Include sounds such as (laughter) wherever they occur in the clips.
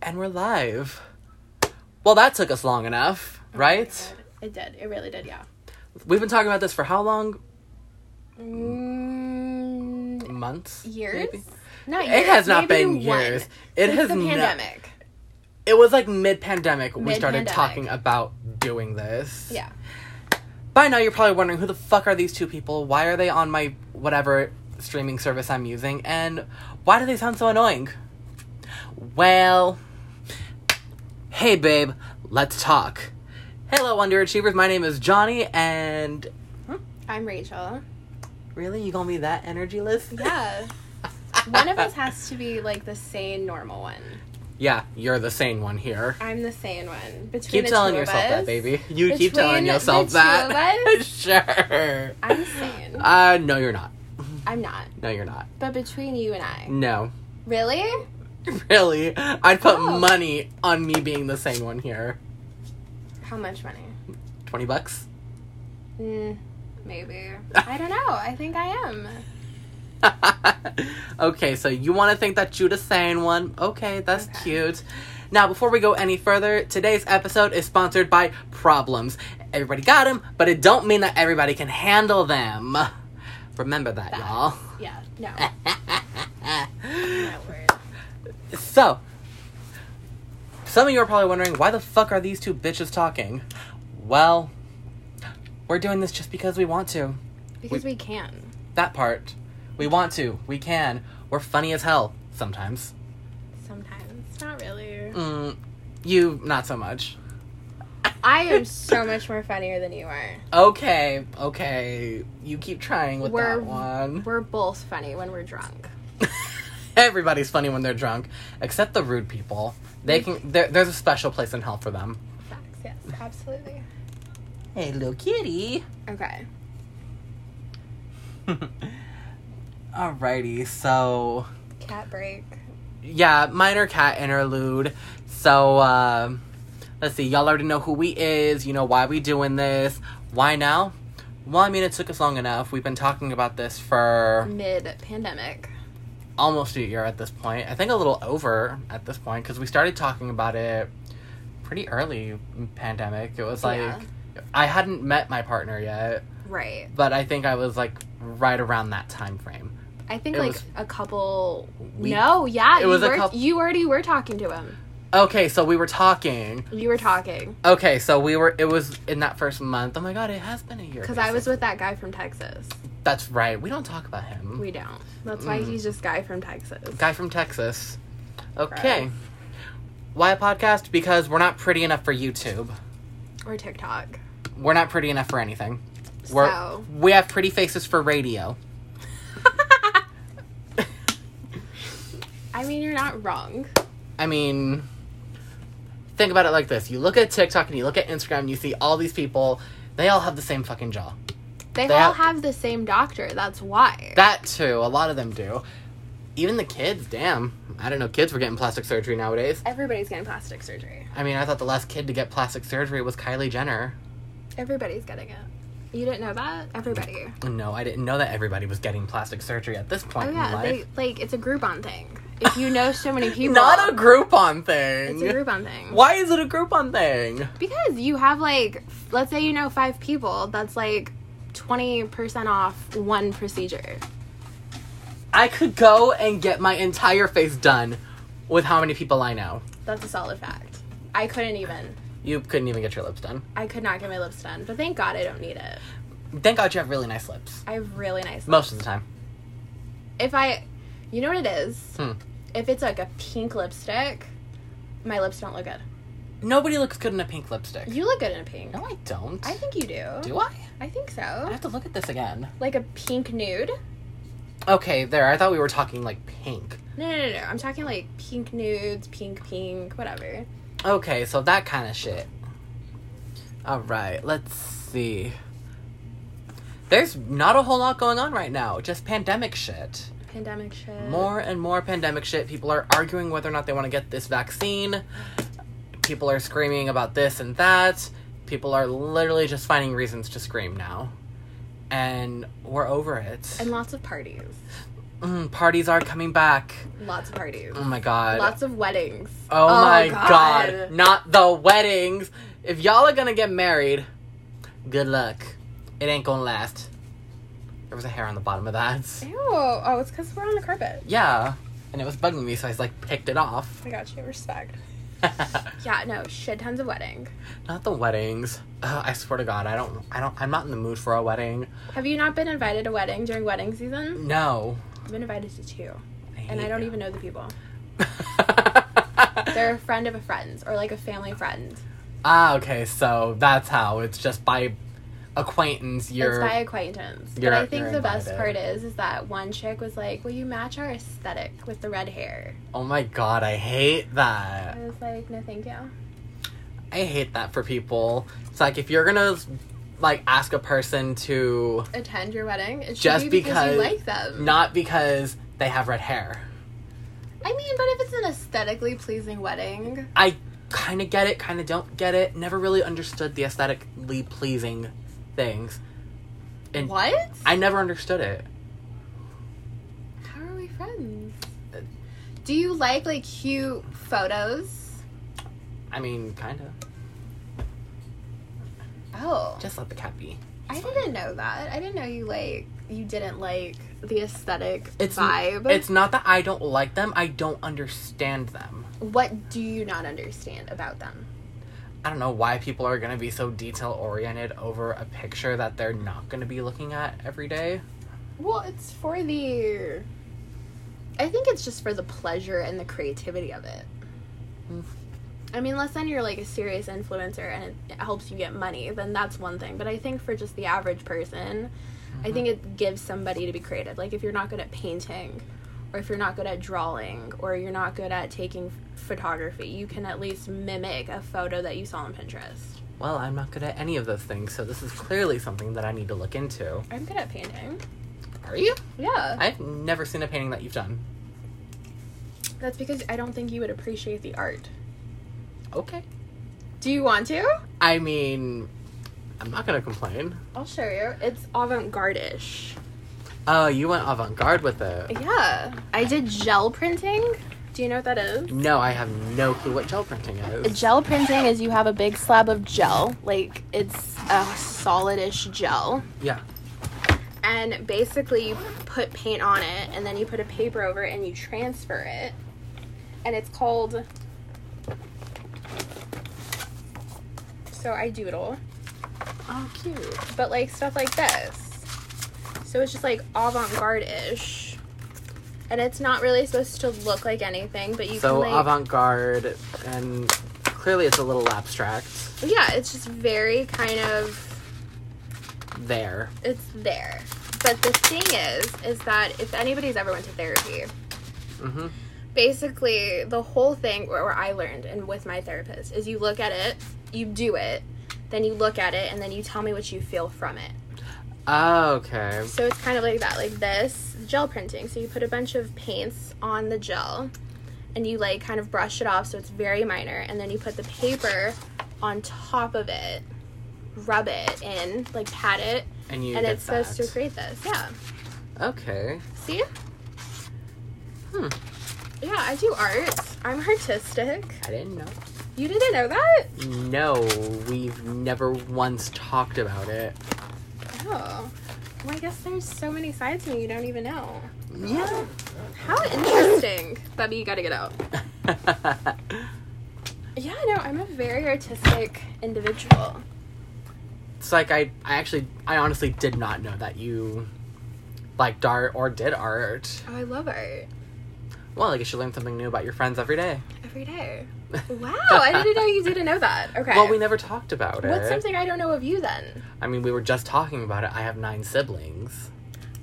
And we're live. Well, that took us long enough, Oh, right? It did. It really did. Yeah. We've been talking about this for how long? Mm, Months? years? maybe? Not years. It has not maybe been one. years. It Since has the not- pandemic. It was like mid-pandemic we started Mid-pandemic. talking about doing this. Yeah. By now, you're probably wondering who the fuck are these two people? Why are they on my whatever streaming service I'm using? And why do they sound so annoying? Well, hey, babe, let's talk. Hello, underachievers. My name is Johnny, and I'm Rachel. really, you gonna be that energyless? Yeah. (laughs) one of us has to be like the sane normal one. Yeah, you're the sane one here. I'm the sane one. Between Keep the telling two of yourself us, that, baby. You keep Between telling the yourself two that. (laughs) of us? sure. I'm sane. Uh, no, you're not. I'm not. No, you're not. But between you and I. No. (laughs) Really? Really? I'd put Oh. money on me being the sane one here. How much money? 20 bucks? Mm, maybe. (laughs) I don't know. I think I am. (laughs) okay, so you want to think that you're the sane one? Okay, that's Okay. cute. Now, before we go any further, today's episode is sponsored by Problems. Everybody got them, but it don't mean that everybody can handle them. Remember that, y'all. Yeah. (laughs) No. Not word. So, some of you are probably wondering why the fuck are these two bitches talking? Well, we're doing this just because we want to. Because we can. That part. We want to. We can. We're funny as hell sometimes. Sometimes. Not really. Mm, you, not so much. I am so (laughs) much more funnier than you are. Okay, okay. You keep trying with We're- that one. (laughs) We're both funny when we're drunk. Everybody's funny when they're drunk, except the rude people. They can. There, there's a special place in hell for them. Facts, yes, absolutely. Hey, little kitty. Okay. (laughs) Alrighty, so Cat break. yeah, minor cat interlude. So um let's see, y'all already know who we is. You know why we doing this. Why now? Well, I mean, it took us long enough. We've been talking about this for Mid pandemic. almost a year at this point. I think a little over at this point because we started talking about it pretty early in pandemic. It was like Yeah. I hadn't met my partner yet, Right. but I think I was like right around that time frame. I think It like was- a couple. We- no, yeah. It you, was a were, coup- you already were talking to him. Okay, so we were talking. You were talking. Okay, so we were. It was in that first month. Oh my god, it has been a year. Because I was basically. with that guy from Texas. That's right. We don't talk about him. We don't. That's why Mm. he's just guy from Texas. Guy from Texas. Okay. Why a podcast? Because we're not pretty enough for YouTube. Or TikTok. We're not pretty enough for anything. We're So. we have pretty faces for radio. I mean, you're not wrong. I mean, think about it like this: you look at TikTok and you look at Instagram, and you see all these people. They all have the same fucking jaw. They They all have- have the same doctor. That's why. That too. A lot of them do. Even the kids. Damn. I don't know. Kids were getting plastic surgery nowadays. Everybody's getting plastic surgery. I mean, I thought the last kid to get plastic surgery was Kylie Jenner. Everybody's getting it. You didn't know that? Everybody. No, I didn't know that everybody was getting plastic surgery at this point Oh in yeah, they, life. like it's a Groupon thing. If you know (laughs) so many people, Not a Groupon thing. It's a Groupon thing. Why is it a Groupon thing? Because you have like, let's say you know five people, that's like twenty percent off one procedure. I could go and get my entire face done with how many people I know. That's a solid fact. I couldn't even. You couldn't even get your lips done. I could not get my lips done, but thank God I don't need it. Thank God you have really nice lips. I have really nice. Lips. Most of the time. If I, you know what it is? Hmm. If it's like a pink lipstick, my lips don't look good. Nobody looks good in a pink lipstick. You look good in a pink. No, I don't. I think you do. Do I? I think I so. have to look at this again. Like a pink nude. Okay, there. I thought we were talking like pink. No, no, no, no. I'm talking like pink nudes, pink, pink, whatever. Okay, so that kind of shit. All right, let's see. There's not a whole lot going on right now, just pandemic shit. Pandemic shit. More and more pandemic shit. People are arguing whether or not they want to get this vaccine. People are screaming about this and that. People are literally just finding reasons to scream now. And we're over it. And lots of parties. Mm, parties are coming back. Lots of parties. Oh my god. Lots of weddings. oh, my god. Not the weddings. If y'all are gonna get married, good luck. It ain't gonna last. There was a hair on the bottom of that. Ew. Oh, it's because we're on the carpet. Yeah. And it was bugging me, so I just like picked it off. (laughs) I got you. Respect. Yeah, no, shit tons of wedding. not the weddings. Ugh, I swear to God, I don't, I don't, I'm not in the mood for a wedding. Have you not been invited to wedding during wedding season? No. I've been invited to two, and hate I don't you. even know the people. They're a friend of a friend's or like a family friend. (laughs) ah, okay. So that's how it's just by acquaintance. You're it's by acquaintance. But you're- I think you're the best part invited. is is that one chick was like, "Will you match our aesthetic with the red hair?" Oh my god, I hate that. I was like, "No, thank you." I hate that for people. It's like if you're gonna like ask a person to Attend your wedding. It should Just be because, because- you like them. not because they have red hair. I mean, but if it's an aesthetically pleasing wedding, I kind of get it, kind of don't get it. Never really understood the aesthetically pleasing things. And what? I never understood it. How are we friends? Do you like like cute photos? I mean, kind of. Oh, Just let the cat be. I didn't know that. I didn't know you like you didn't like the aesthetic It's vibe. It's not that I don't like them. I don't understand them. what do you not understand about them? I don't know why people are gonna be so detail oriented over a picture that they're not gonna be looking at every day. Well, it's for the. I think it's just for the pleasure and the creativity of it. Mm. I mean, unless then you're like a serious influencer and it helps you get money, then that's one thing. But I think for just the average person, I think it gives somebody to be creative. Like if you're not good at painting, or if you're not good at drawing, or you're not good at taking photography, you can at least mimic a photo that you saw on Pinterest. Well, I'm not good at any of those things, so this is clearly something that I need to look into. I'm good at painting. Are you? Yeah. I've never seen a painting that you've done. that's because I don't think you would appreciate the art. Okay. Do you want to? I mean, I'm not gonna complain. I'll show you. It's avant-garde-ish. Oh, you went avant garde with it. Yeah. I did gel printing. Do you know what that is? No, I have no clue what gel printing is. Gel printing is you have a big slab of gel, like it's a solidish gel, yeah. and basically you put paint on it and then you put a paper over it and you transfer it. And it's called So I doodle. Oh, cute. but like stuff like this. So it's just like avant garde ish. And it's not really supposed to look like anything, but you so can like avant-garde and clearly it's a little abstract Yeah, it's just very kind of there it's there. But the thing is, is that if anybody's ever went to therapy, hmm basically the whole thing where, where I learned and with my therapist is you look at it, you do it, then you look at it, and then you tell me what you feel from it. Ah, okay So it's kind of like that, like this gel printing. So you put a bunch of paints on the gel and you like kind of brush it off so it's very minor and then you put the paper on top of it, rub it in, like pat it, and you and did it's supposed that. to create this. Yeah. okay See? Hmm. Yeah, I do art. I'm artistic. i didn't know You didn't know that? no we've never once talked about it Oh. Well, I guess there's so many sides to me you don't even know. yeah How interesting. Bubby, you gotta get out. Yeah, no, I'm a very artistic individual. (laughs) it's like i i actually i honestly did not know that you liked art or did art Oh, I love art well i guess you learn something new about your friends every day every (laughs) day. Wow, I didn't know you didn't know that. Okay. well we never talked about it What's something I don't know of you then? i mean we were just talking about it i have nine siblings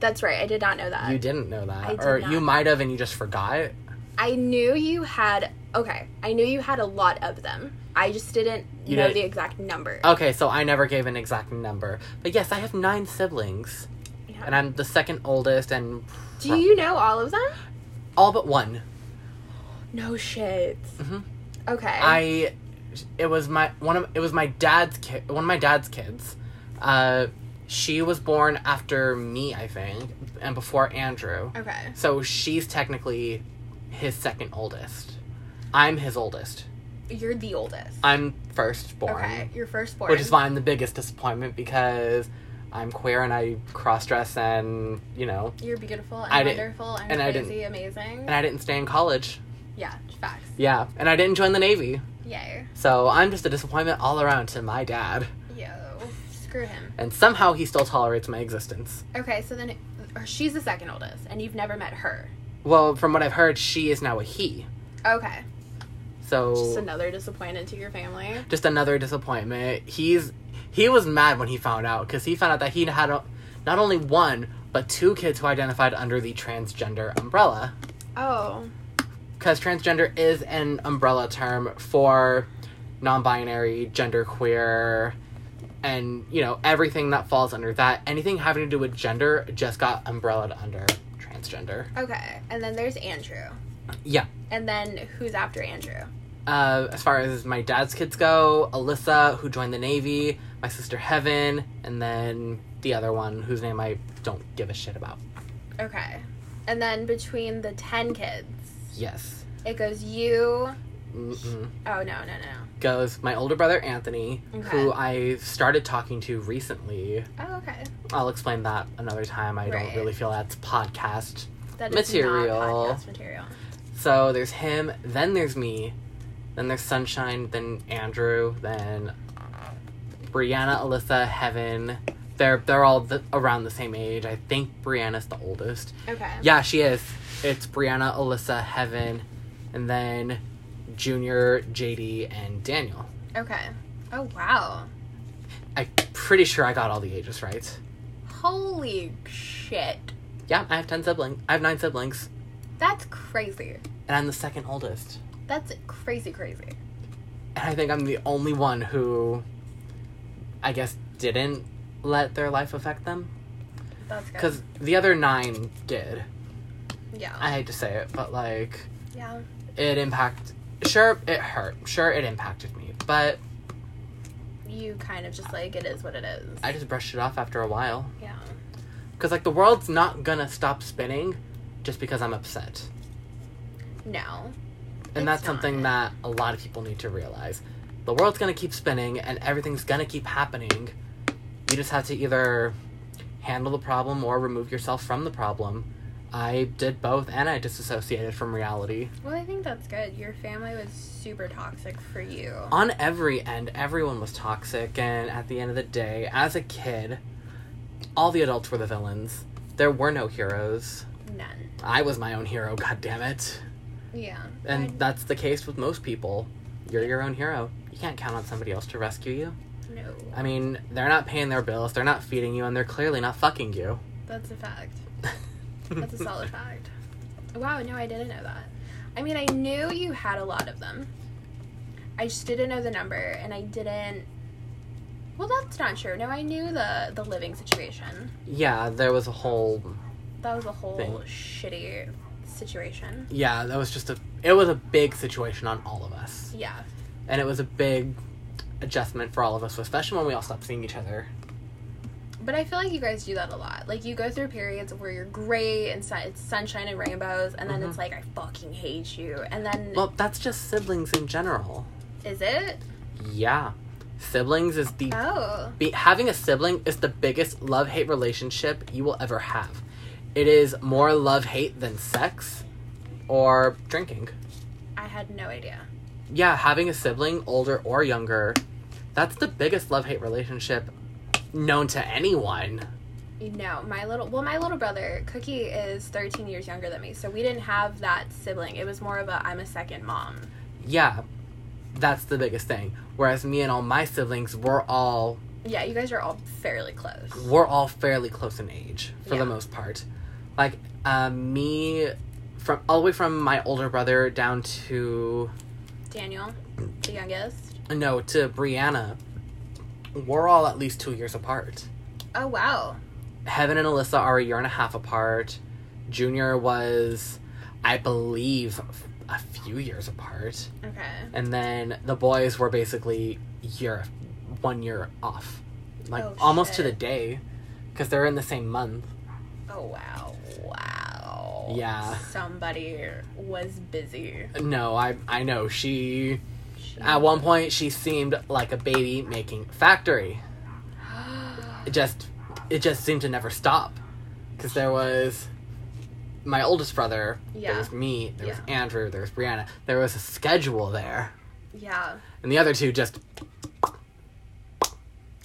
That's right, I did not know that. You didn't know that, I did or not. you might have and you just forgot. I knew you had, okay, I knew you had a lot of them. I just didn't You know didn't- Oh, the exact number. Okay, so I never gave an exact number, but yes, I have nine siblings, Yeah. and I'm the second oldest, and Do you know all of them? all but one. No shit. Mhm. Okay. I, it was my one of it was my dad's kid, one of my dad's kids. Uh, She was born after me, I think, and before Andrew. Okay. So she's technically his second oldest. I'm his oldest. You're the oldest. I'm firstborn. Okay. You're firstborn. Which is why I'm the biggest disappointment because I'm queer and I cross dress and, you know, You're beautiful and I didn't- wonderful and, and I crazy, amazing. and I didn't stay in college. yeah. Facts. Yeah. And I didn't join the Navy. Yay. So I'm just a disappointment all around to my dad. Yo. Screw him. And somehow he still tolerates my existence. Okay. So then, or she's the second oldest, and you've never met her. Well, from what I've heard, she is now a he. Okay. So Just another disappointment to your family. just another disappointment. He's he was mad when he found out because he found out that he had a, not only one but two kids who identified under the transgender umbrella Oh. because transgender is an umbrella term for non-binary, genderqueer, and you know everything that falls under that. Anything having to do with gender just got umbrellaed under transgender. Okay. And then there's Andrew. Yeah. And then who's after Andrew? Uh, as far as my dad's kids go, Alyssa, who joined the Navy, my sister Heaven, and then the other one whose name I don't give a shit about. Okay. And then between the 10 kids, Yes. it goes you. Mm-mm. Oh, no, no, no. Goes my older brother Anthony, who I started talking to recently. Oh, okay. I'll explain that another time. I Right. don't really feel that's podcast. That Material. not podcast material. So there's him, then there's me, then there's Sunshine, then Andrew, then Brianna, Alyssa, Heaven. They're they're all the, around the same age. I think Brianna's the oldest. Okay. Yeah, she is. It's Brianna, Alyssa, Heaven, and then Junior, JD, and Daniel. Okay. Oh, wow. I'm pretty sure I got all the ages right. Holy shit. Yeah, I have ten siblings. I have nine siblings, That's crazy. and I'm the second oldest. That's crazy, crazy. And I think I'm the only one who, I guess, didn't let their life affect them. That's good. Because the other nine did. yeah. I hate to say it, but like, yeah. it impacted. Sure, it hurt. Sure, it impacted me. But You kind of just like, it is what it is. I just brushed it off after a while. yeah. Because, like, the world's not gonna stop spinning just because I'm upset. No. And It's that's something that a lot of people need to realize. The world's gonna keep spinning and everything's gonna keep happening. You just have to either handle the problem or remove yourself from the problem. I did both and I disassociated from reality. Well, I think that's good. Your family was super toxic for you. On every end, everyone was toxic, and at the end of the day, as a kid, all the adults were the villains. There were no heroes. None. I was my own hero, (laughs) god damn it. Yeah. And that's the case with most people. You're your own hero. You can't count on somebody else to rescue you. I- no. I mean, they're not paying their bills, they're not feeding you, and they're clearly not fucking you. That's a fact. (laughs) That's a solid fact. Wow, no, I didn't know that. I mean, I knew you had a lot of them. I just didn't know the number, and I didn't. Well, that's not true. No, I knew the the living situation. yeah, there was a whole. That was a whole Thing. shitty situation. Yeah, that was just a. It was a big situation on all of us. Yeah, And it was a big adjustment for all of us, especially when we all stopped seeing each other. but I feel like you guys do that a lot. Like you go through periods where you're great and sun- it's sunshine and rainbows, and then it's like I fucking hate you, and then Mm-hmm. Well, that's just siblings in general. is it? Yeah. Siblings is the. Oh, Be, having a sibling is the biggest love hate relationship you will ever have. It is more love hate than sex or drinking. I had no idea. yeah, having a sibling, older or younger, that's the biggest love hate relationship known to anyone. You know, my little well, my little brother Cookie is 13 years younger than me, so we didn't have that sibling. It was more of a I'm a second mom. Yeah, that's the biggest thing. Whereas me and all my siblings, we're all Yeah, you guys are all fairly close. we're all fairly close in age for Yeah. the most part. Like um, me, from all the way from my older brother down to Daniel, the youngest. no to Brianna, we're all at least two years apart. Oh wow. Heaven and Alyssa are a year and a half apart. Junior was, I believe, a few years apart. Okay. And then the boys were basically year, one year off, like Oh, almost to shit. the day. because they're in the same month. Oh wow. Wow. Yeah. Somebody was busy. No, I I know she. She- At one point, she seemed like a baby making factory. It just it just seemed to never stop because there was my oldest brother. Yeah. There was me. There was Andrew. There was Brianna. There was a schedule there, (gasps) yeah. and the other two just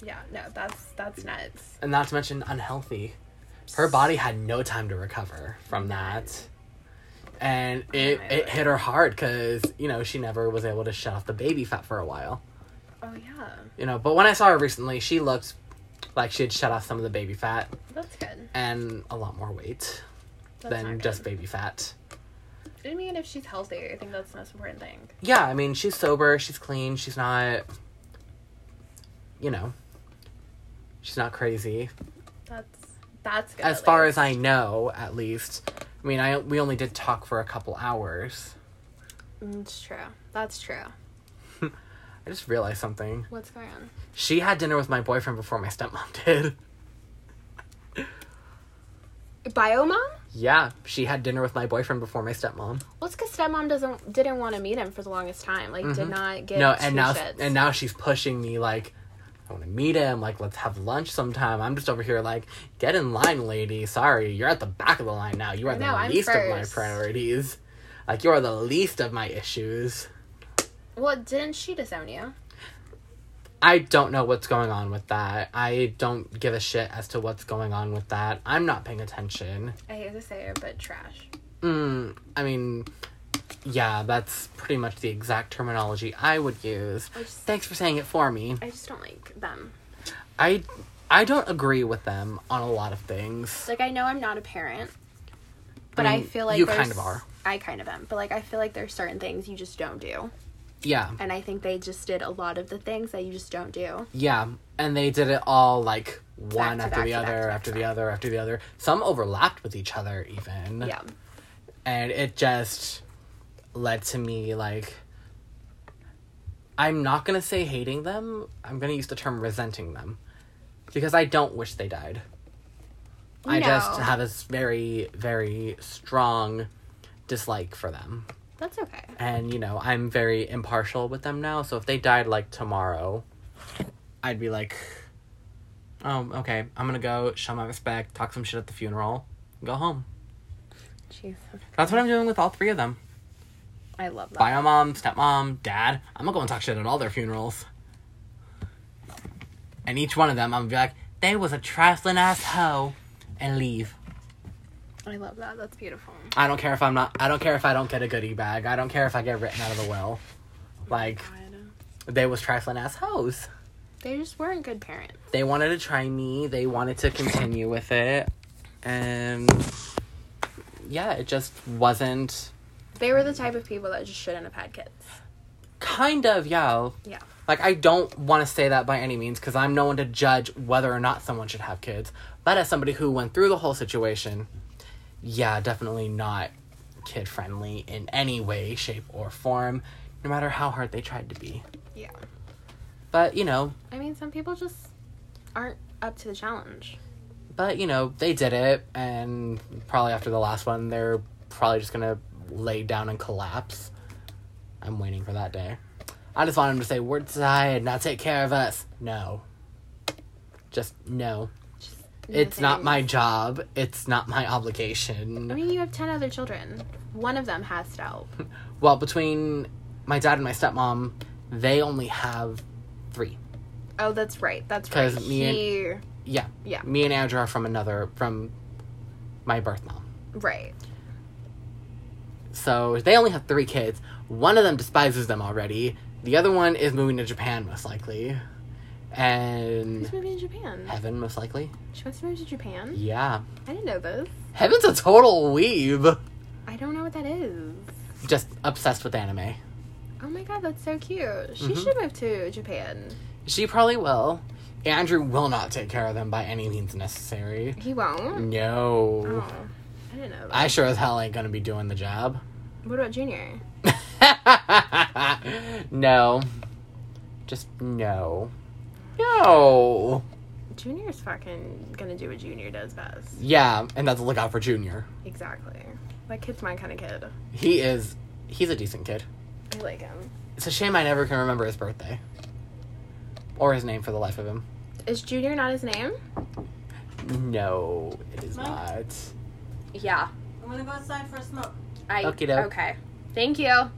Yeah. No, that's that's nuts. and not to mention unhealthy. Her body had no time to recover from that. And it, my it hit her hard because, you know, she never was able to shut off the baby fat for a while. Oh yeah. You know, but when I saw her recently, she looked like she had shut off some of the baby fat That's good. and a lot more weight That's not than good. just baby fat. I mean, if she's healthy, I think that's the most important thing. Yeah, I mean, she's sober, she's clean, she's not, you know, she's not crazy. That's that's good. as at far least. as I know, at least. I mean, I we only did talk for a couple hours. Mm, It's true. That's true. I just realized something. What's going on? She had dinner with my boyfriend before my stepmom (laughs) did. Bio mom? Yeah, she had dinner with my boyfriend before my stepmom. Well, it's because stepmom doesn't didn't want to meet him for the longest time. Like, did not get Mm-hmm. no, and now shits. and now she's pushing me like, I want to meet him. Like, let's have lunch sometime. I'm just over here like, get in line, lady. Sorry, you're at the back of the line now. You are the know, I'm least of my first. priorities. Like, you are the least of my issues. well, didn't she disown you? I don't know what's going on with that. I don't give a shit as to what's going on with that. I'm not paying attention. I hate to say it, but trash. Mm, I mean, yeah, that's pretty much the exact terminology I would use. I just, Thanks for saying it for me. I just don't like them. I I don't agree with them on a lot of things. Like, I know I'm not a parent, but I I, mean, feel like Mm, you there's- kind of are. I kind of am, but like, I feel like there's certain things you just don't do, Yeah. and I think they just did a lot of the things that you just don't do. Yeah, and they did it all like one to after the back to back to other, back after to the other, after the other. Some overlapped with each other even. Yeah, and it just led to me like I'm not gonna say hating them. I'm gonna use the term resenting them because I don't wish they died. I just No. have this very very strong dislike for them, that's okay. and you know I'm very impartial with them now. So if they died like tomorrow, I'd be like, oh okay, I'm gonna go show my respect, talk some shit at the funeral, and go home. Jeez, That's what I'm doing with all three of them. I love that. bio mom, stepmom, dad. I'm gonna go and talk shit at all their funerals. And each one of them, I'm gonna be like, they was a trifling ass hoe, and leave. I love that. That's beautiful. I don't care if I'm not. I don't care if I don't get a goodie bag. I don't care if I get written out of the will. Like God. they was trifling ass hoes. They just weren't good parents. They wanted to try me. They wanted to continue with it, and yeah, it just wasn't. They were the type of people that just shouldn't have had kids. Kind of, yeah. Yeah. Like, I don't want to say that by any means because I'm no one to judge whether or not someone should have kids. But as somebody who went through the whole situation, yeah, definitely not kid friendly in any way, shape, or form, no matter how hard they tried to be. Yeah. But, you know, I mean, some people just aren't up to the challenge. but, you know, they did it. And probably after the last one, they're probably just going to lay down and collapse. I'm waiting for that day. I just want them to say, we're tired, now take care of us. No. Just no. Just It's not nothing. my job. It's not my I obligation. mean, you have 10 other children. One of them has (laughs) to help. Well, between my dad and my stepmom, they only have three. Oh, that's right. That's 'Cause right. me and- He- Yeah. Yeah. Me and Andrew are from another, from my birth mom. Right. So they only have three kids. One of them despises them already. The other one is moving to Japan, most likely. And Who's moving to Japan? Heaven, most likely. She wants to move to Japan? Yeah. I didn't know this. Heaven's a total weeb. I don't know what that is. Just obsessed with anime. Oh my god, that's so cute. She Mhm. should move to Japan. She probably will. Andrew will not take care of them by any means necessary. He won't? No. Oh. I didn't know that. Mm, I sure as hell ain't gonna be doing the job. (laughs) what about Junior? no. Just no. No. Junior's fucking gonna do what Junior does best. Yeah, and that's look out for Junior. Exactly. That kid's my kind of kid. He is he's a decent kid. I like him. It's a shame I never can remember his birthday. Or his name for the life of him. Is Junior not his name? No, it is Mike? not. Yeah. I'm gonna go outside for a smoke. I Okie doke. Okay. Thank you.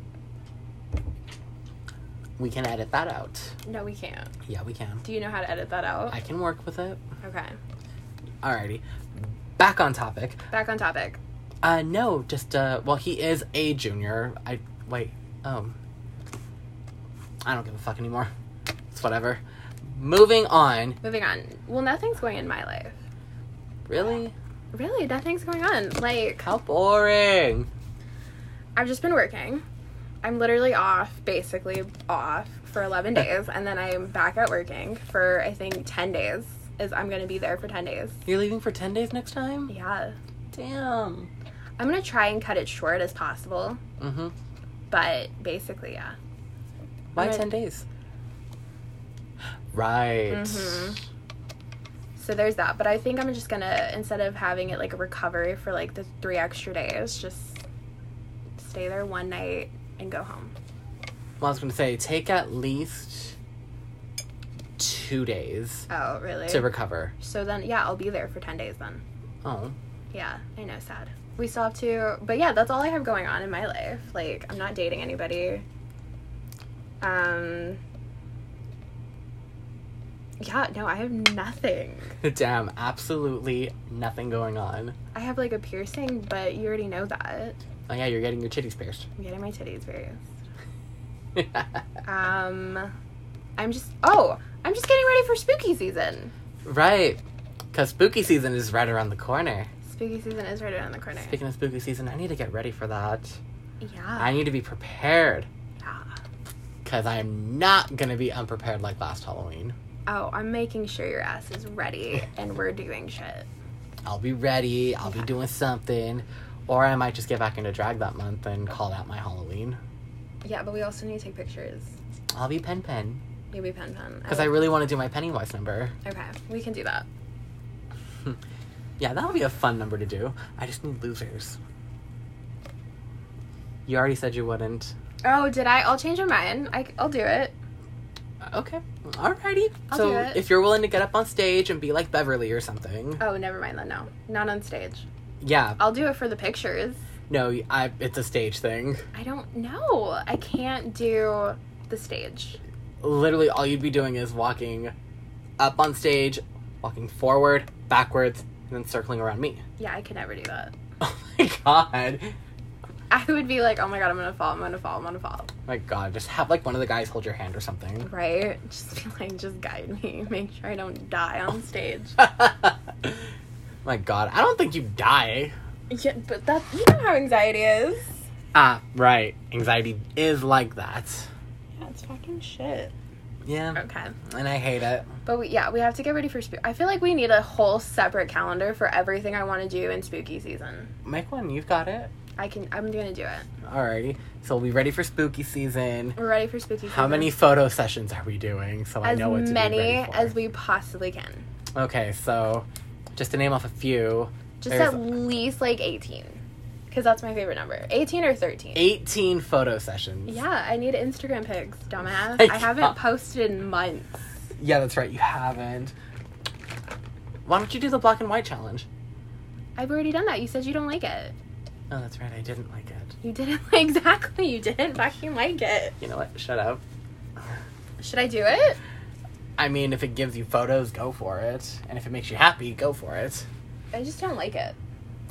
We can edit that out. No, we can't. Yeah, we can. Do you know how to edit that out? I can work with it. okay. Alrighty. Back on topic. Back on topic. Uh no, just uh well he is a junior. I wait, um I don't give a fuck anymore. It's whatever. Moving on. Moving on. Well, nothing's going in my life. Really? Really, nothing's going on. Like, How boring. I've just been working. I'm literally off, basically off for 11 days, and then I'm back at working for I think 10 days. Is I'm gonna be there for 10 days. You're leaving for ten days next time? Yeah. Damn. I'm gonna try and cut it short as possible, Mm-hmm. but basically, yeah. Why Right. ten days? Right. Mhm. So there's that. But I think I'm just gonna instead of having it like a recovery for like the three extra days, just stay there one night and go home. Well, I was gonna say take at least two days Oh, really? to recover. so then, yeah, I'll be there for 10 days then. Oh, (laughs) Yeah, I know, sad. We still have to, but yeah, that's all I have going on in my life. Like, I'm not dating anybody. Um, yeah, no, I have nothing. damn! Absolutely nothing going on. I have like a piercing, but you already know that. Oh yeah, you're getting your titties pierced. I'm getting my titties pierced. Um, I'm just, oh, I'm just getting ready for spooky season. (laughs) right, because spooky season is right around the corner. Spooky season is right around the corner. Speaking of spooky season, I need to get ready for that. I Yeah. need to be prepared yeah. because I am not gonna be unprepared like last Halloween. Oh, I'm making sure your ass is ready and we're doing shit. I'll be ready. I'll be doing something. Or I might just get back into drag that month and call out my Halloween. Yeah, but we also need to take pictures. I'll be Pen Pen. You'll be pen pen. Because I really want to do my Pennywise number. Okay, we can do that. Yeah, that would be a fun number to do. I just need losers. You already said you wouldn't. Oh, did I? I'll change my mind. I, will do it. Uh, Okay. Alrighty. I'll so do it. if you're willing to get up on stage and be like Beverly or something. Oh, never mind then. No, not on stage. Yeah. I'll do it for the pictures. No, I, it's a stage thing. I don't know. I can't do the stage. Literally, all you'd be doing is walking up on stage, walking forward, backwards, and then circling around me. Yeah, I could never do that. (laughs) Oh my god. I would be like, oh my god, I'm gonna fall. I'm gonna fall. I'm gonna fall. My god, just have like one of the guys hold your hand or something. (laughs) Right? (laughs) Just be like, just guide me. (laughs) Make sure I don't die on stage. my god, I don't think you die. yeah, but that's you know how anxiety is. Ah, right. Anxiety is like that. Yeah, it's fucking shit. Yeah, Okay. and I hate it. But we, yeah, we have to get ready for spook. I feel like we need a whole separate calendar for everything I want to do in spooky season. Make one, you've got it. I can. I'm gonna do it. Alrighty, so we'll be ready for spooky season. We're ready for spooky season. How many photo sessions are we doing? So I As know what to be many ready for. as we possibly can. Okay, so just to name off a few, Just There's- at least like 18, because that's my favorite number. 18 or 13. 18 photo sessions. Yeah, I need Instagram pics, (laughs) dumbass. Like, I yeah. haven't posted in months. Yeah, that's right. You haven't. Why don't you do the black and white challenge? I've already done that. You said you don't like it. Oh, that's right. I didn't like it. You didn't (laughs) exactly. You didn't fucking like it. You know what? Shut up. Should I do it? I mean, if it gives you photos, go for it. And if it makes you happy, go for it. I just don't like it.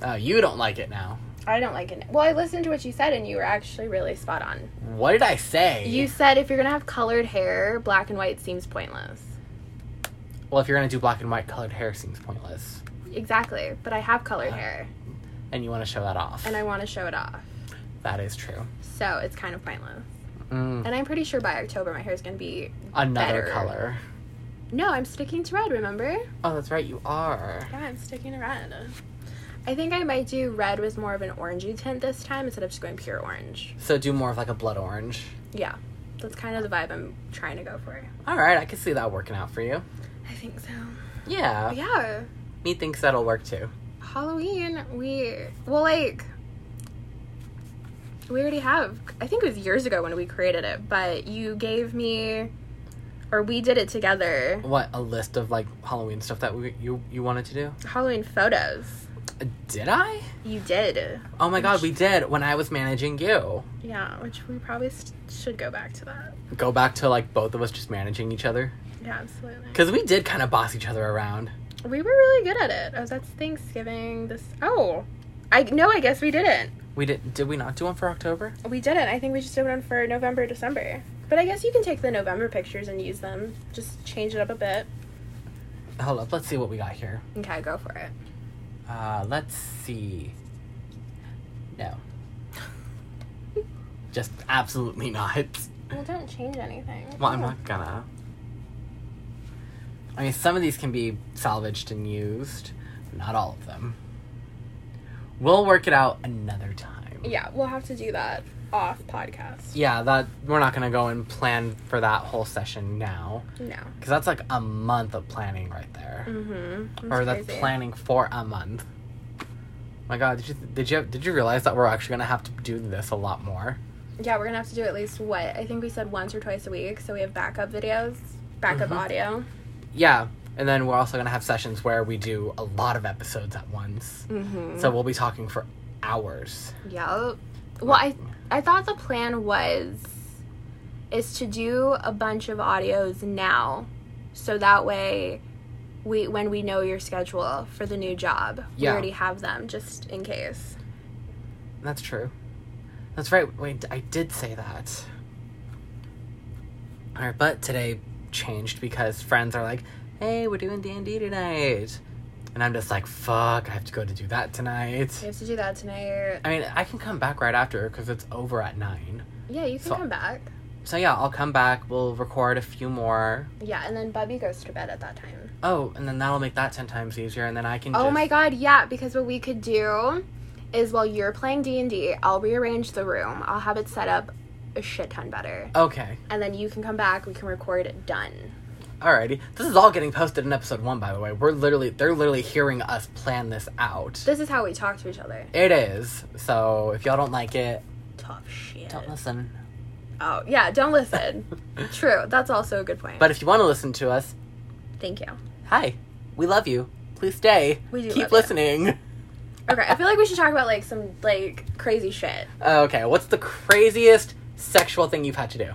Oh, you don't like it now. I don't like it. Well, I listened to what you said, and you were actually really spot on. What did I say? You said if you're gonna have colored hair, black and white seems pointless. Well, if you're gonna do black and white colored hair, seems pointless. Exactly, but I have colored hair, And you want to show that off. and I want to show it off, that is true. so it's kind of pointless. Mm, And I'm pretty sure by October my hair is gonna be. another better. color. No, I'm sticking to red. Remember? Oh, that's right. You are. Yeah, I'm sticking to red. I think I might do red with more of an orangey tint this time instead of just going pure orange. So do more of like a blood orange. Yeah, that's kind of the vibe I'm trying to go for. All right, I can see that working out for you. I think so. Yeah. Oh, Yeah. Me thinks that'll work too. Halloween, we well like we already have. I think it was years ago when we created it, but you gave me or we did it together. What a list of like Halloween stuff that we, you you wanted to do? Halloween photos. Uh, Did I? You did. Oh my god, we did when I was managing you. Yeah, which we probably st- should go back to that. Go back to like both of us just managing each other Yeah, absolutely. because we did kind of boss each other around. we were really good at it. Oh, that's Thanksgiving. This Oh. I no, I guess we didn't. We did. Did we not do one for October? We didn't. I think we just did one for November, December. But I guess you can take the November pictures and use them. Just change it up a bit. Hold up. Let's see what we got here. Okay, go for it. Uh, let's see. No. Just absolutely not. Well, don't change anything. Well, I'm not gonna. I mean, some of these can be salvaged and used, but not all of them. We'll work it out another time. Yeah, we'll have to do that off podcast. Yeah, that we're not gonna go and plan for that whole session now, No. because that's like a month of planning right there, Mm-hmm. or that's planning for a month. My God, did you did you did you realize that we're actually gonna have to do this a lot more? Yeah, we're gonna have to do at least what I think we said once or twice a week, so we have backup videos, backup Mhm. audio. Yeah, and then we're also gonna have sessions where we do a lot of episodes at once. Mm-hmm. So we'll be talking for hours. yeah. Well, I I thought the plan was is to do a bunch of audios now, so that way we when we know your schedule for the new job, we Yeah. already have them just in case. That's true. That's right. Wait, I did say that. All right, but today changed because friends are like, "Hey, we're doing D and D tonight," and I'm just like, "Fuck, I have to go to do that tonight." We have to do that tonight. I mean, I can come back right after because it's over at nine. Yeah, you can So- come back. So yeah, I'll come back. We'll record a few more. Yeah, and then Bubby goes to bed at that time. Oh, and then that'll make that ten times easier, and then I can. Oh just... my god, yeah, because what we could do is while you're playing D&D, I'll rearrange the room. I'll have it set up a shit ton better. Okay. And then you can come back, we can record it done. Alrighty. This is all getting posted in episode one, by the way. We're literally, they're literally hearing us plan this out. This is how we talk to each other. It is. So if y'all don't like it, Tough shit. don't listen. Oh, yeah, don't listen. (laughs) True, that's also a good point. But if you want to listen to us, Thank you. hi, we love you. Please stay. We do Keep love you. listening. Okay, I feel like we should talk about like some like crazy shit Uh, Okay, what's the craziest sexual thing you've had to do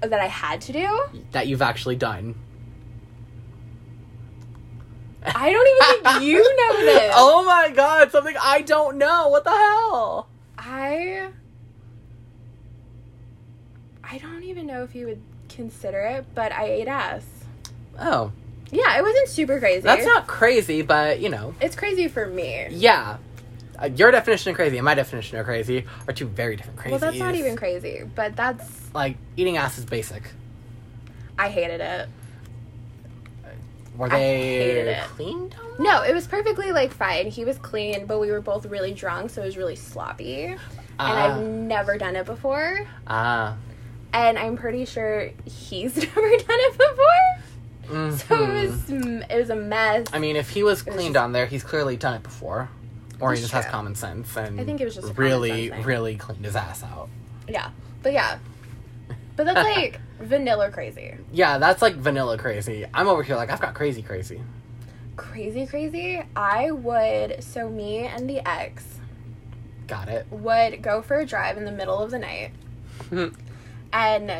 that I had to do. that you've actually done? I don't even (laughs) think (laughs) you know this. oh my god, something I don't know. What the hell? I I don't even know if you would consider it, but I ate ass. Oh, Yeah, it wasn't super crazy. that's not crazy, but you know. It's crazy for me. Yeah. Uh, your definition of crazy and my definition of crazy are two very different crazies. Well, that's not even crazy, but that's Like, eating ass is basic. I hated it. Were I they hated it. cleaned on that? No, it was perfectly like fine. He was clean, but we were both really drunk, so it was really sloppy. And I've Ah, never done it before, ah. and I'm pretty sure he's (laughs) never done it before. So mhm. it was m- it was a mess. I mean, if he was was cleaned just- on there, he's clearly done it before. Or he That's just has true. common sense and I think it was just a common really, sense thing. really cleaned his ass out. Yeah, but yeah, but that's like (laughs) vanilla crazy. Yeah, that's like vanilla crazy. I'm over here like I've got crazy crazy. crazy crazy i would so me and the ex Got it. would go for a drive in the middle of the night Hmm. Mhm. and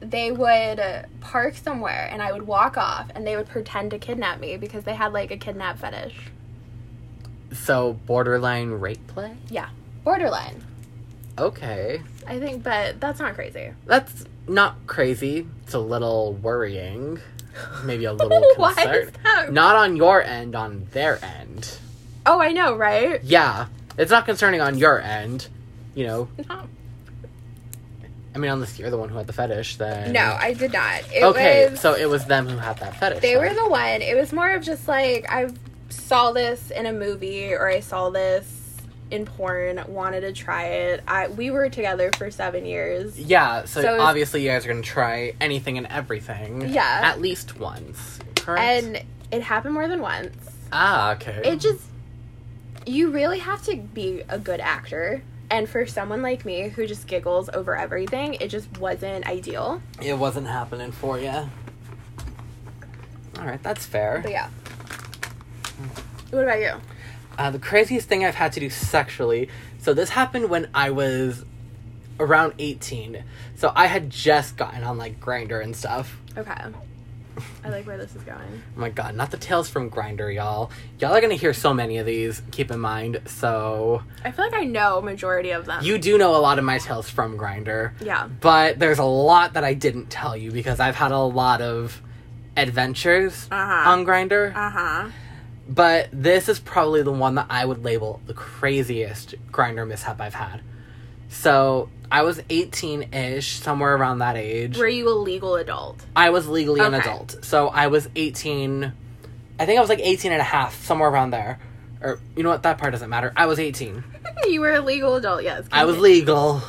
they would park somewhere and i would walk off and they would pretend to kidnap me because they had like a kidnap fetish So borderline rape play? borderline Okay. i think but that's not crazy That's not crazy. It's a little worrying. (laughs) Maybe a little why is concerned. that Not on your end, on their end. oh i know right Yeah. It's not concerning on your end. You know, no, I mean, unless you're the one who had the fetish, then. no i did not it Okay, was so it was them who had that fetish. They then. were the one. It was more of just like I saw this in a movie or I saw this in porn, wanted to try it. I we were together for 7 years. Yeah, so, So it was- obviously you guys are gonna try anything and everything. Yeah. At least once. correct? and it happened more than once. ah, okay. It just you really have to be a good actor. And for someone like me who just giggles over everything, it just wasn't ideal. it wasn't happening for you. All right, that's fair. But yeah. Mm. What about you? uh, the craziest thing I've had to do sexually. So this happened when I was around 18. So I had just gotten on like Grinder and stuff. Okay. I like where this is going. Oh my god, not the tales from Grinder, y'all. Y'all are gonna hear so many of these. Keep in mind. So I feel like I know majority of them. you do know a lot of my tales from Grinder. Yeah. But there's a lot that I didn't tell you because I've had a lot of adventures Uh-huh. on Grinder. Uh Uh-huh. huh. But this is probably the one that I would label the craziest grinder mishap I've had. So I was 18 ish, somewhere around that age. Were you a legal adult? (laughs) I was legally an Okay. adult. So I was 18, I think I was like 18 and a half, somewhere around there. Or, you know what? That part doesn't matter. I was 18. You were a legal adult, yes. I was legal.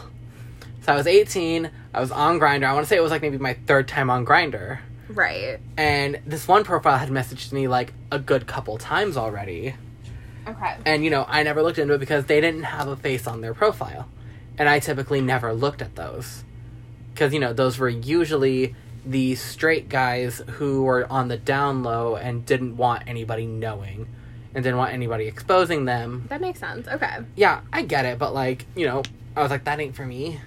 So I was 18. I was on Grinder. I want to say it was like maybe my third time on Grinder. Right. And this one profile had messaged me like a good couple times already. Okay. And you know, I never looked into it because they didn't have a face on their profile. And I typically never looked at those. Cuz you know, those were usually the straight guys who were on the down low and didn't want anybody knowing and didn't want anybody exposing them. That makes sense. Okay. Yeah, I get it, but like, you know, I was like that ain't for me.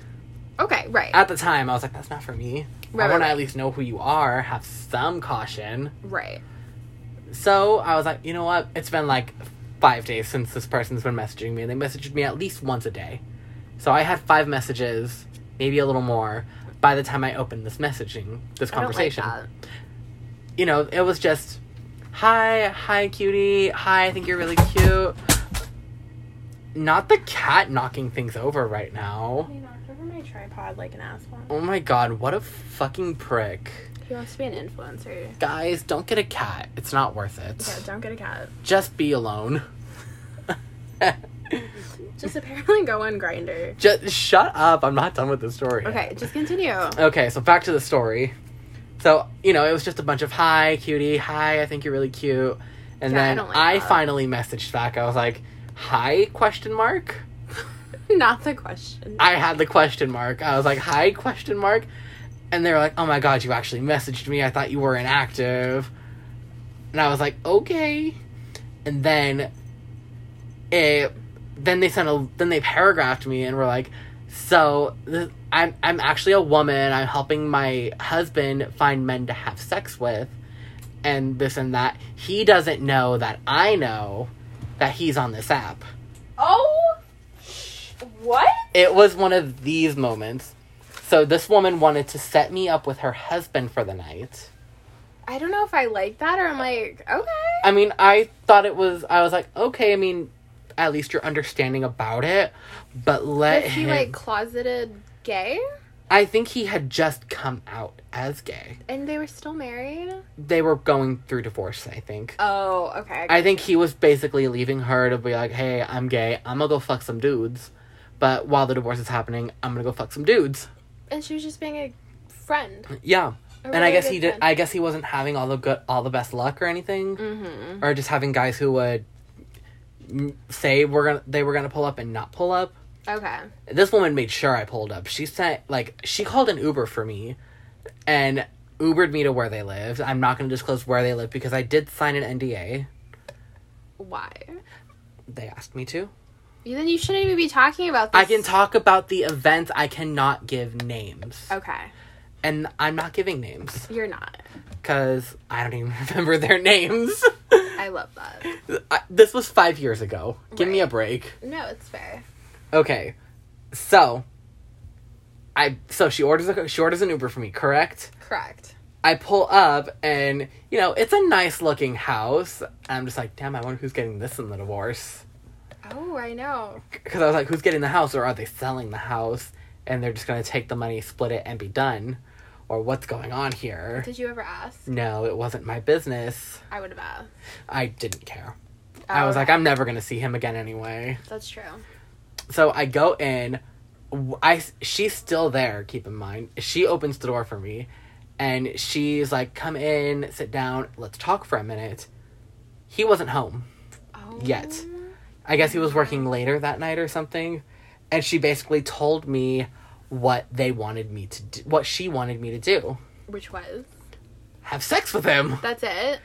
Okay, right. At the time, I was like that's not for me. Right, I right, want to right. at least know who you are, have some caution. right. So I was like, you know what? It's been like five days since this person's been messaging me, and they messaged me at least once a day. So I had five messages, maybe a little more, by the time I opened this messaging, this conversation. I don't like You know, it was just, hi, hi, cutie, hi, I think you're really cute. Not the cat knocking things over right now. that. He knocked over my tripod like an asshole. Oh my god, what a fucking prick. He wants to be an influencer. Guys, don't get a cat. It's not worth it. Yeah, don't get a cat. Just be alone. (laughs) Just apparently go on grinder. Just shut up. I'm not done with the story. yet. Okay, just continue. (laughs) Okay, so back to the story. So, you know, it was just a bunch of hi, cutie, hi, I think you're really cute. And Yeah, I then I, don't like that. finally messaged back. I was like, hi question mark? Not the question. I had the question mark. I was like, hi question mark? And they were like, Oh my god, you actually messaged me. I thought you were inactive. And I was like, Okay. And then it then they sent a then they paragraphed me and were like, So th- I'm I'm actually a woman. I'm helping my husband find men to have sex with and this and that. He doesn't know that I know that he's on this app oh! What? it was one of these moments. So this woman wanted to set me up with her husband for the night. I don't know if I like that or I'm like, okay. I mean, I thought it was. I was like, okay. I mean, at least you're understanding about it. But let Is he him- like closeted gay? I think he had just come out as gay. And they were still married? They were going through divorce. I think. Oh, okay. I think he was basically leaving her to be like, hey, I'm gay. I'm gonna go fuck some dudes. But while the divorce is happening, I'm gonna go fuck some dudes. and she was just being a friend. Yeah. A and I really guess good he did. friend. I guess he wasn't having all the good, all the best luck or anything, mm-hmm. or just having guys who would mm, say we're gonna they were gonna pull up and not pull up. Okay. This woman made sure I pulled up. She sent like she called an Uber for me, and Ubered me to where they lived. I'm not gonna disclose where they live because I did sign an NDA. Why? They asked me to. Then you shouldn't even be talking about this. I can talk about the event. I cannot give names, Okay. and I'm not giving names You're not. because I don't even (laughs) remember their names. (laughs) I love that. I, this was five years ago. Give me a Right. break. No, it's fair. Okay, so I so she orders a she orders an Uber for me. Correct. Correct. I pull up and you know it's a nice looking house. And I'm just like, damn. I wonder who's getting this in the divorce. Oh, I know. Because I was like, who's getting the house, or are they selling the house and they're just gonna take the money, split it, and be done, or what's going on here? Did you ever ask? No, it wasn't my business. I would have asked. I didn't care. I was Okay. like, I'm never gonna see him again anyway. That's true. so I go in. w- I she's still there. Keep in mind, she opens the door for me, and she's like, "Come in, sit down, let's talk for a minute." He wasn't home. Oh. Yet. I guess he was working later that night or something, and she basically told me what they wanted me to do, what she wanted me to do. Which was? Have sex with him. That's it.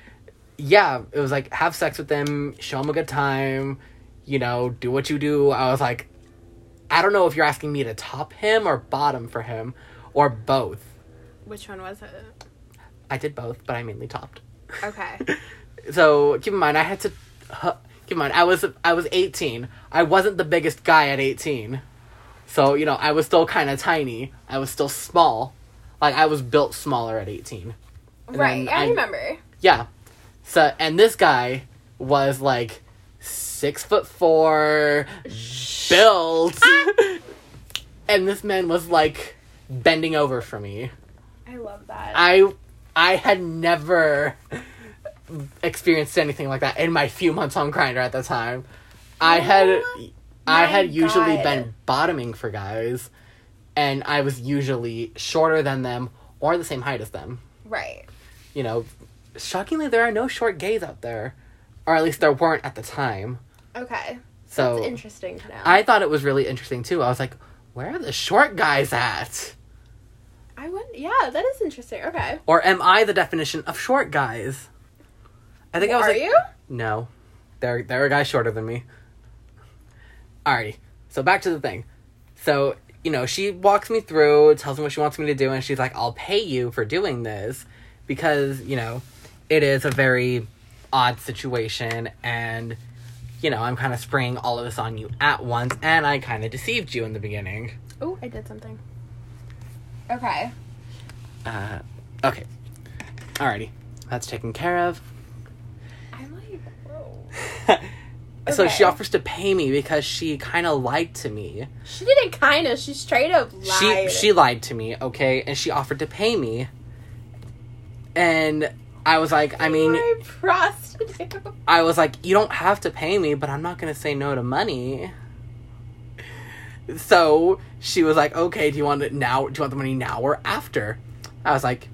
Yeah, it was like have sex with him, show him a good time, you know, do what you do. I was like, I don't know if you're asking me to top him or bottom for him, or both. Which one was it? I did both, but I mainly topped. Okay. So keep in mind, I had to. keep in mind, I was I was eighteen. I wasn't the biggest guy at eighteen, so you know I was still kind of tiny. I was still small, like I was built smaller at eighteen. (laughs) And right. then I, remember. Yeah. So and this guy was like six foot four, built, Ah! (laughs) and this man was like bending over for me. I love that. I I had never experienced anything like that in my few months on Grinder at the time. I had Oh I my had usually God. been bottoming for guys and I was usually shorter than them or the same height as them. right. You know, shockingly there are no short gays out there. Or at least there weren't at the time. Okay. So It's interesting to know. I, Oh. I thought it was really interesting too. I was like, where are the short guys at? I would. Yeah, that is interesting. Okay. Or am I the definition of short guys? I think I was Are like, you? No. They're they're a guy shorter than me. Alrighty. So back to the thing. So, you know, she walks me through, tells me what she wants me to do, and she's like, I'll pay you for doing this because, you know, it is a very odd situation and you know, I'm kind of springing all of this on you at once, and I kind of deceived you in the beginning. Oh, I did something. Okay. Uh, okay. Alrighty. That's taken care of. I'm like, whoa. (laughs) So she Okay. offers to pay me because she kind of lied to me. She didn't kind of. She straight up She lied. she lied to me, okay, and she offered to pay me. And I was like, I mean, You're a prostitute. I was like, you don't have to pay me, but I'm not going to say no to money. So she was like, okay, do you want it now? Do you want the money now or after? I was like,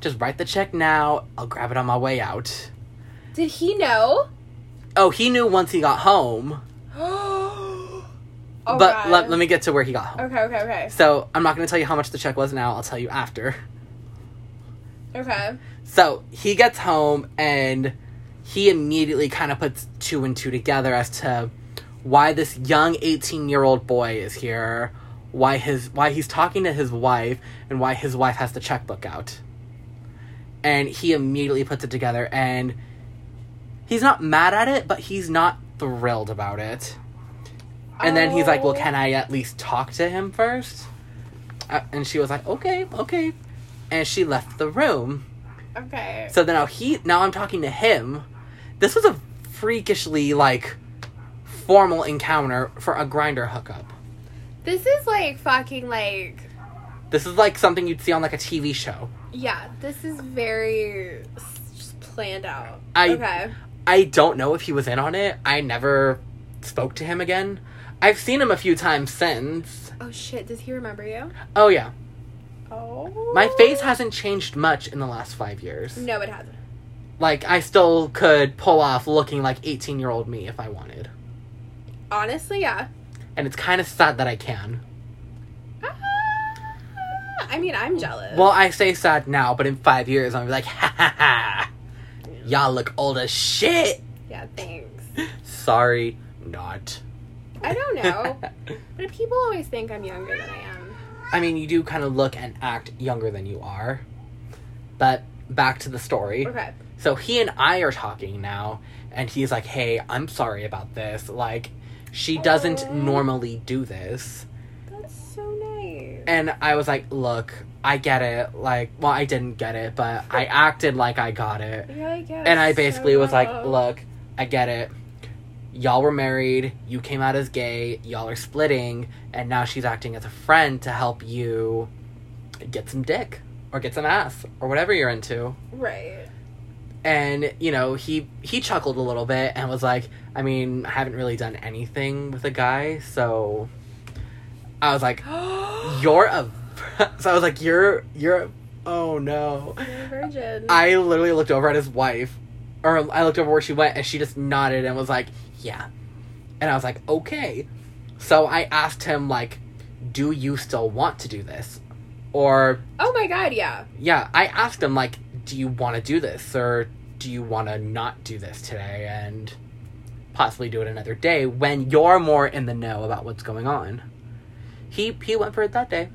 just write the check now. I'll grab it on my way out. Did he know? (gasps) Oh, he knew once he got home, oh, but let, let me get to where he got home. Okay, okay, okay. So I'm not going to tell you how much the check was now. I'll tell you after. Okay. So he gets home and he immediately kind of puts two and two together as to why this young 18 year old boy is here, why his why he's talking to his wife, and why his wife has the checkbook out. And he immediately puts it together and he's not mad at it, but he's not thrilled about it. And then he's like, "Well, Oh. can I at least talk to him first? Uh, and she was like, "Okay, okay." And she left the room. Okay. So then now he now I'm talking to him. This was a freakishly like formal encounter for a grinder hookup. This is like fucking like. This is like something you'd see on like a TV show. Yeah, this is very s- just planned out. I- okay. I don't know if he was in on it. I never spoke to him again. I've seen him a few times since. Oh shit! Does he remember you? Oh yeah. Oh. My face hasn't changed much in the last 5 years. No, it hasn't. Like I still could pull off looking like 18-year-old me if I wanted. Honestly, yeah. And it's kind of sad that I can. Ah, I mean, I'm jealous. Well, I say sad now, but in five years, I'm like, ha ha ha. Y'all look old as shit. yeah, thanks. Sorry, not. I (laughs) don't know, but people always think I'm younger than I am. I mean, you do kind of look and act younger than you are. But back to the story. Okay. So he and I are talking now, and he's like, hey, I'm sorry about this. Like, she doesn't Aw. normally do this. That's so nice. And I was like, look, I get it. Like, well, I didn't get it, but (laughs) I acted like I got it. Yeah, I guess. and I basically was like, Wow. "Look, I get it. Y'all were married. You came out as gay. Y'all are splitting, and now she's acting as a friend to help you get some dick or get some ass or whatever you're into." Right. (gasps) And you know, he he chuckled a little bit and was like, "I mean, I haven't really done anything with a guy, so." (laughs) I was like, "You're a," so I was like, "You're you're Oh no. You're a virgin. I literally looked over at his wife, or I looked over where she went, and she just nodded and was like, "Yeah," and I was like, "Okay." So I asked him like, "Do you still want to do this?" Or oh my god, yeah. yeah, I asked him like, "Do you want to do this, or do you want to not do this today and possibly do it another day when you're more in the know about what's going on?" He he went for it that day.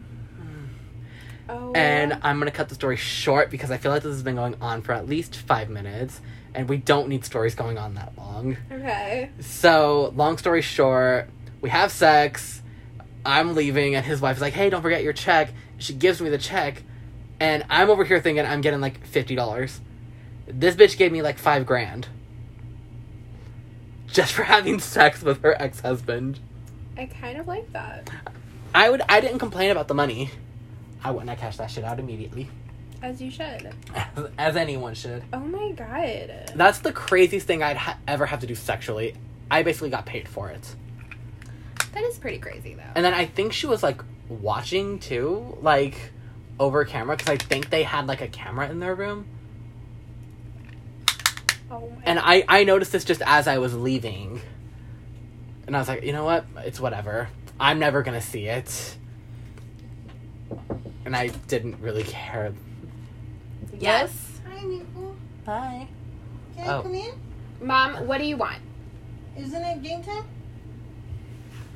Oh. And yeah. I'm going to cut the story short because I feel like this has been going on for at least five minutes, and we don't need stories going on that long. okay. So, long story short, we have sex. I'm leaving, and his wife's like, hey, don't forget your check. She gives me the check, and I'm over here thinking I'm getting like $50. This bitch gave me like five grand just for (laughs) having sex with her ex husband. I kind of like that. I would I didn't complain about the money. I wouldn't I cashed that shit out immediately. (laughs) As you should. as anyone should. Oh my god. That's the craziest thing I'd ha- ever have to do sexually. I basically got paid for it. That is pretty crazy though. And then I think she was like watching too, like over camera, because I think they had like a camera in their room. oh my And I, I noticed this just as I was leaving. And I was like, you know what? It's whatever. I'm never going to see it. And I didn't really care. Yes. Hi, Nico. Hi. Can Oh. I come in? Mom, what do you want? Isn't it game time?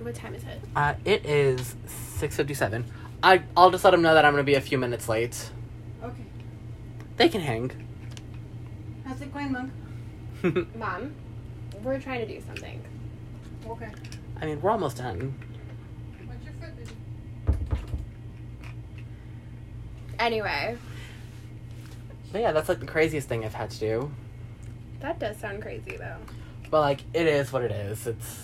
What time is it? Uh, it is 6.57. I, I'll just let them know that I'm going to be a few minutes late. Okay. They can hang. How's it going, Mom? Mom, we're trying to do something. Okay. (laughs) I mean, we're almost done. What's your foot doing? Anyway, But yeah, that's like the craziest thing I've had to do. that does sound crazy though. But like, it is what it is. It's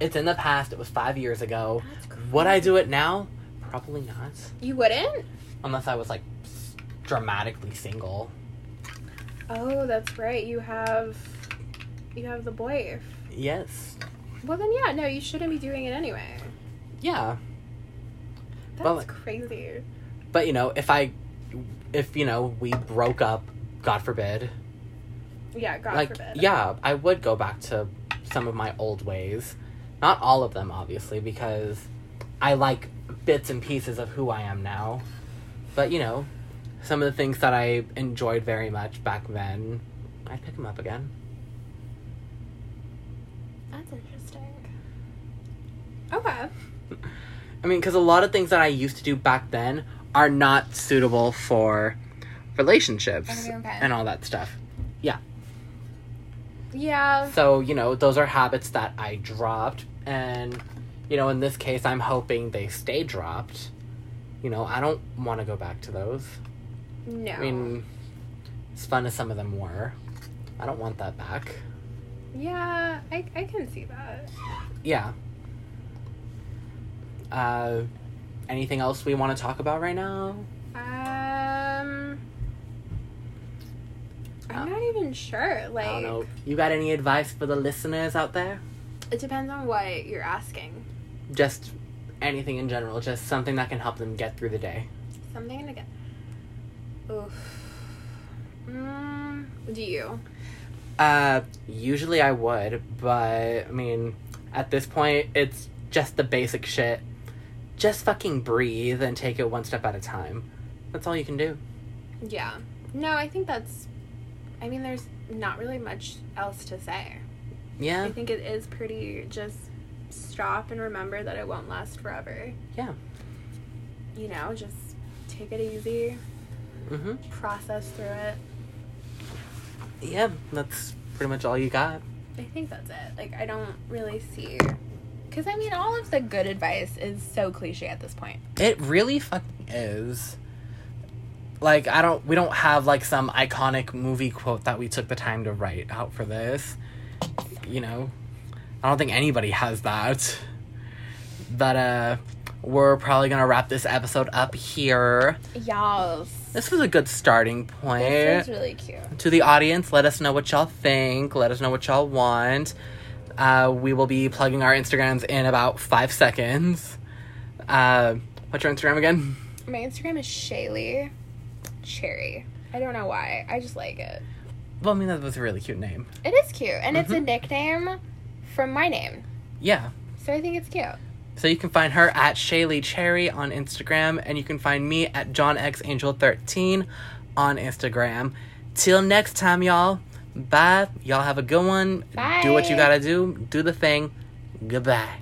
it's in the past. It was five years ago. That's Would I do it now? Probably not, You wouldn't? unless I was like s- dramatically single. Oh, that's right. You have you have the boy. Yes. Well then yeah, no, you shouldn't be doing it anyway. Yeah. That's Well, like- crazy. But you know, if I, if you know, we broke up, God forbid. Yeah, God like, forbid. yeah, I would go back to some of my old ways. Not all of them, obviously, because I like bits and pieces of who I am now. But, you know, some of the things that I enjoyed very much back then, I'd pick them up again. That's interesting. Okay. I mean, because a lot of things that I used to do back then are not suitable for relationships Are we okay? and all that stuff. Yeah. So, you know, those are habits that I dropped. And, you know, in this case, I'm hoping they stay dropped. You know, I don't want to go back to those. No. I mean, as fun as some of them were, I don't want that back. yeah, I, I can see that. Yeah. Uh, anything else we want to talk about right now? Um I'm not even sure. Like Uh, I don't know. You got any advice for the listeners out there? it depends on what you're asking. Just anything in general, just something that can help them get through the day. Something to get. Oof. Mm, do you? Uh, usually I would, but I mean, at this point, it's just the basic shit. Just fucking breathe and take it one step at a time. That's all you can do. Yeah. No, I think that's. I mean, there's not really much else to say. Yeah. I think it is pretty just stop and remember that it won't last forever. Yeah. You know, just take it easy, Mm-hmm. process through it. Yeah, that's pretty much all you got. I think that's it. Like, I don't really see. Because, I mean, all of the good advice is so cliche at this point. It really fucking is. Like I don't, we don't have like some iconic movie quote that we took the time to write out for this. You know, I don't think anybody has that. But uh, we're probably gonna wrap this episode up here. Y'all. This was a good starting This point is really cute. to the audience. Let us know what y'all think. Let us know what y'all want. Uh, we will be plugging our Instagrams in about five seconds. Uh, what's your Instagram again? My Instagram is Shaylee. Cherry. I don't know why. I just like it. Well, I mean, that was a really cute name. It is cute, and it's a Mhm. nickname from my name, Yeah. so I think it's cute. So you can find her at Shaylee Cherry on Instagram, and you can find me at JohnXAngel13 on Instagram. Till next time, y'all. Bye. Y'all have a good one. Do what you Bye. gotta do. Do the thing. Goodbye.